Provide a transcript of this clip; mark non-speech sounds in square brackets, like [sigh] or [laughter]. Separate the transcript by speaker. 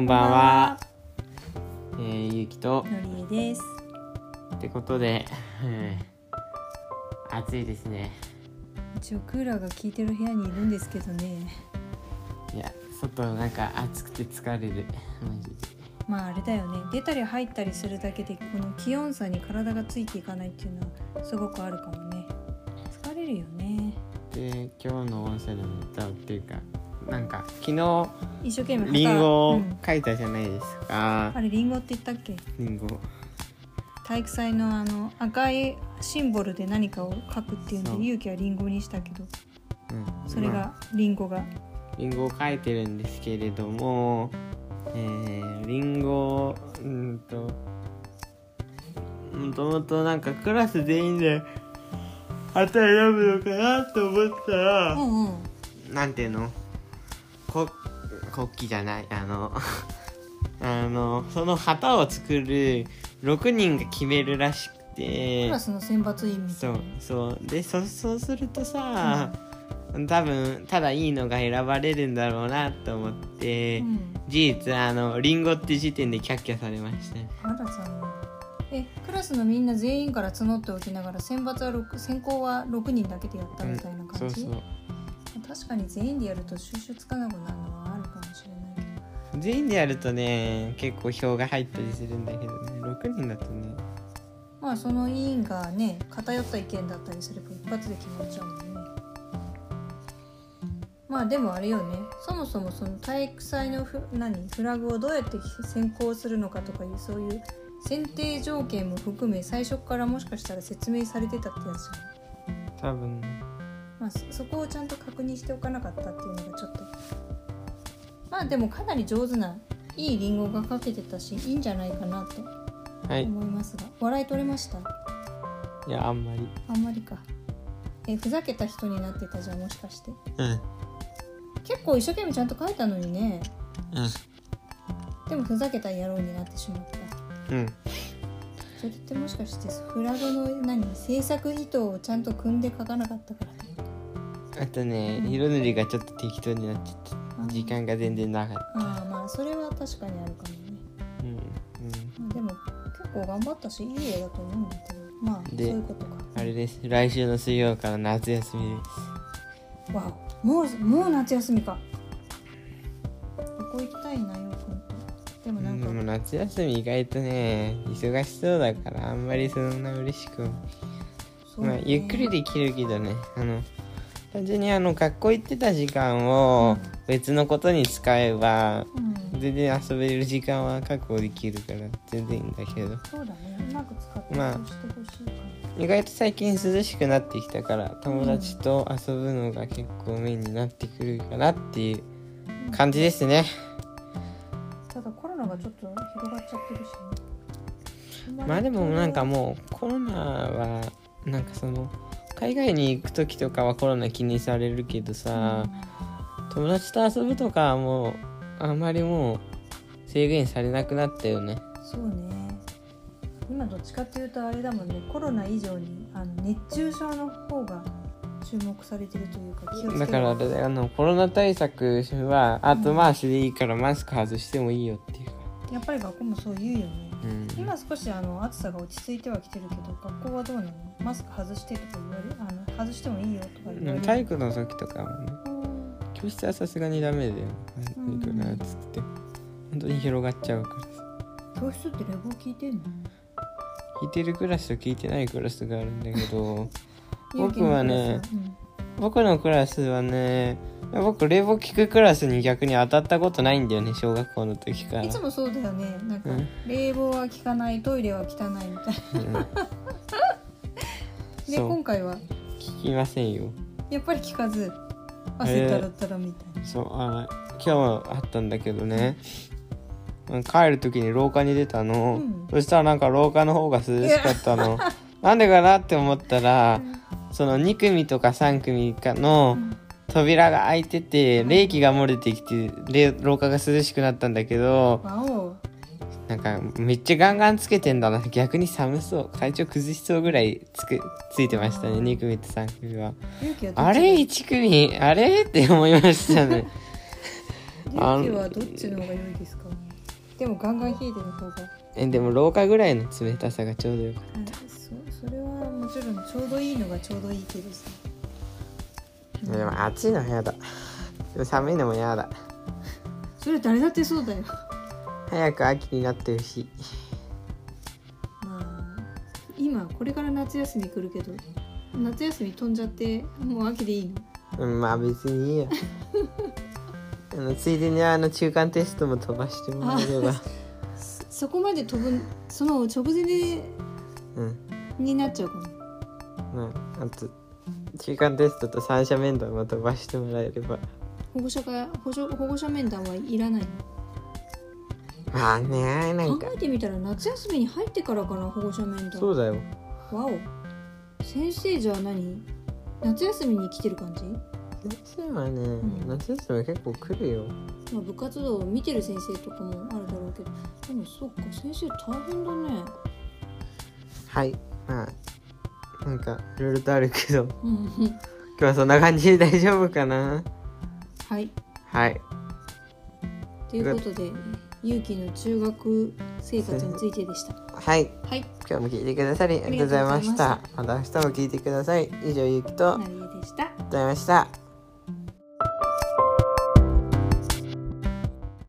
Speaker 1: んばんは。えー、ゆうきと。
Speaker 2: のりえです。
Speaker 1: ってことで、えー暑いですね。
Speaker 2: 一応クーラーが効いてる部屋にいるんですけどね。
Speaker 1: いや、外なんか暑くて疲れる。マジで
Speaker 2: まああれだよね。出たり入ったりするだけでこの気温差に体がついていかないっていうのはすごくあるかもね。疲れるよね。
Speaker 1: で、今日の音声でも言ったっていうか、なんか昨日
Speaker 2: 一生懸命
Speaker 1: リンゴ
Speaker 2: う
Speaker 1: を
Speaker 2: ん
Speaker 1: 書いたじゃないですか
Speaker 2: あ。れリンゴって言ったっけ？
Speaker 1: リンゴ。
Speaker 2: 体育祭のあの赤いシンボルで何かを書くっていう
Speaker 1: そ
Speaker 2: の
Speaker 1: う
Speaker 2: で勇気はリンゴにしたけど、
Speaker 1: うん
Speaker 2: それ
Speaker 1: まあ
Speaker 2: がリンゴが。
Speaker 1: リンゴを書いてるんですけれども、えー、リンゴをうんともともとなんかクラス全員で旗選ぶのかなと思った
Speaker 2: う
Speaker 1: ら、
Speaker 2: んうん。
Speaker 1: なんていうのこ国旗じゃないあのあのその旗を作る6人が決めるらしくて
Speaker 2: クラスの選抜委員みた
Speaker 1: そ
Speaker 2: いな
Speaker 1: う。そうでそそうするとさ、多分ただいいのが選ばれるんだろうなと思って、
Speaker 2: うん。
Speaker 1: 事実あのリンゴって時点で却下されましたね
Speaker 2: あらさんのえクラスのみんな全員から募っておきながら選抜は六選考は6人だけでやったみたいな
Speaker 1: そ
Speaker 2: 感
Speaker 1: う
Speaker 2: じ、
Speaker 1: そう
Speaker 2: 確かに全員でやると収集つかなくなるのはあるかもしれないけど
Speaker 1: 全員でやるとね結構票が入ったりするんだけどね6人だとね
Speaker 2: まあその委員がね偏った意見だったりすれば一発で決まっちゃうもんねまあでもあれよねそもそもその体育祭のフ何フラグをどうやって選考するのかとかいうそういう選定条件も含め最初からもしかしたら説明されてたってやつじゃない
Speaker 1: 多分
Speaker 2: まあ、そそこをちゃんと確認しておかなかったっていうのがちょっとまあでもかなり上手ないいリンゴがかけてたしいいんじゃないかなと
Speaker 1: はい
Speaker 2: 思いますが、笑い取れました
Speaker 1: いやあんまり
Speaker 2: あんまりかえふざけた人になってたじゃんもしかして
Speaker 1: うん
Speaker 2: 結構一生懸命ちゃんと書いたのにね
Speaker 1: う
Speaker 2: でもふざけた野郎になってしまった
Speaker 1: んうん
Speaker 2: それってもしかしてフラグの何制作意図をちゃんと組んで書かなかったからってこと
Speaker 1: あとね色塗りがちょっと適当になっちゃった時間が全然なかっ
Speaker 2: ああまあそれは確かにあるかもね
Speaker 1: たうんうん
Speaker 2: まあでも結構頑張ったしいい絵だと思うんだけどまあそう
Speaker 1: で
Speaker 2: いうことか
Speaker 1: あれです来週の水曜から夏休みです
Speaker 2: わおもうもう夏休みか旅行行きたいなよくんとでも
Speaker 1: う
Speaker 2: なん
Speaker 1: ん
Speaker 2: か、
Speaker 1: でも夏休み意外とね忙しそうだからあんまりそんな嬉しくも、
Speaker 2: そう
Speaker 1: まあ
Speaker 2: ね、
Speaker 1: ゆっくりできるけどねあの単純にあの学校行ってた時間を別のことに使えば
Speaker 2: うん
Speaker 1: 全然遊べる時間は確保できるから全然いいんだけど
Speaker 2: そうだねうまく使って
Speaker 1: まあ
Speaker 2: そうしてほしいか
Speaker 1: 意外と最近涼しくなってきたから友達と遊ぶのが結構メインになってくるかなっていう感じですね
Speaker 2: な、ただコロナがちょっと広がっちゃってるしね
Speaker 1: まあでもなんかもうコロナはなんかその海外に行く時とかはコロナ気にされるけどさ、友達と遊ぶとかはもうあんまりもう制限されなくなったよね
Speaker 2: そうね今どっちかっていうとあれだもんねコロナ以上にあの熱中症の方が注目されてるというか気をつけて
Speaker 1: だからあれだよあのコロナ対策は後回しでいいからマスク外してもいいよっていうか、
Speaker 2: やっぱり学校もそう言うよね
Speaker 1: うん、
Speaker 2: 今少しあの暑さが落ち着いてはきてるけど学校はどうなのマスク外してとか言われあの外してもいいよとか言わ
Speaker 1: で
Speaker 2: れ
Speaker 1: も
Speaker 2: る
Speaker 1: 体育の時とかはね教室はさすがにダメだよ
Speaker 2: うん
Speaker 1: 体育のやつって本当に広がっちゃうからさ
Speaker 2: 教室って冷房効いてんの
Speaker 1: 聞いてるクラスと聞いてないクラスがあるんだけど僕はね、僕のクラスはね僕冷房効くクラスに逆に当たったことないんだよね小学校の時か
Speaker 2: う
Speaker 1: ら
Speaker 2: んいつもそうだよねなんか
Speaker 1: うん
Speaker 2: 冷房は効かないトイレは汚いみたいな [laughs]
Speaker 1: うん
Speaker 2: で
Speaker 1: そう
Speaker 2: 今回は
Speaker 1: 聞きませんよ
Speaker 2: やっぱり効かず汗だらだらみたいな、
Speaker 1: そうあ今日はあったんだけどね帰る時に廊下に出たの、
Speaker 2: うん
Speaker 1: そしたらなんか廊下の方が涼しかった
Speaker 2: [laughs]
Speaker 1: のなんでかなって思ったらその2組とか3組かの
Speaker 2: うん
Speaker 1: 扉が開いてて冷気が漏れてきてで廊下が涼しくなったんだけど
Speaker 2: わお
Speaker 1: なんかめっちゃガンガンつけてんだな [laughs] 逆に寒そう体調崩しそうぐらいつくついてましたね2組と3組は
Speaker 2: 勇気はどっち
Speaker 1: あれ1組あれって思いましたね [laughs]
Speaker 2: 勇気はどっちの方が良いですかでもガンガン冷えてる方が
Speaker 1: えでも廊下ぐらいの冷たさがちょうどよかっ
Speaker 2: そそれはもちろんちょうどいいのがちょうどいいけどさ
Speaker 1: たでも暑いのは嫌だでも寒いのも嫌だ
Speaker 2: それ誰だってそうだよ
Speaker 1: 早く秋になってるし
Speaker 2: まあ今これから夏休み来るけど夏休み飛んじゃってもう秋でいいの
Speaker 1: うんまあ別にいいや [laughs] あのついでにあの中間テストも飛ばしてもらえれ [laughs] ば
Speaker 2: そそこまで飛ぶその直前で
Speaker 1: うん、
Speaker 2: になっちゃうかも
Speaker 1: うん、あと中間テストと三者面談も飛ばしてもらえれば
Speaker 2: 保護者が保護保護者面談はいらないの
Speaker 1: まあねなん
Speaker 2: 考
Speaker 1: か
Speaker 2: えてみたら夏休みに入ってからかな保護者面談
Speaker 1: そうだよ
Speaker 2: わお先生じゃあ何夏休みに来てる感じ、
Speaker 1: 先生はね、
Speaker 2: ん
Speaker 1: 夏休みは結構来るよ
Speaker 2: まあ、部活動を見てる先生とかもあるだろうけどでもそっか先生大変だね
Speaker 1: はいまあなんかいろいろとあるけど [laughs]
Speaker 2: うんうん
Speaker 1: 今日はそんな感じで大丈夫かな
Speaker 2: はい
Speaker 1: はい
Speaker 2: ということで勇気の中学生活についてでした
Speaker 1: はい
Speaker 2: はい
Speaker 1: 今日も聞いてくださりありがとうございましたまた明日も聞いてください以上ゆうきと
Speaker 2: なりえでした
Speaker 1: ございました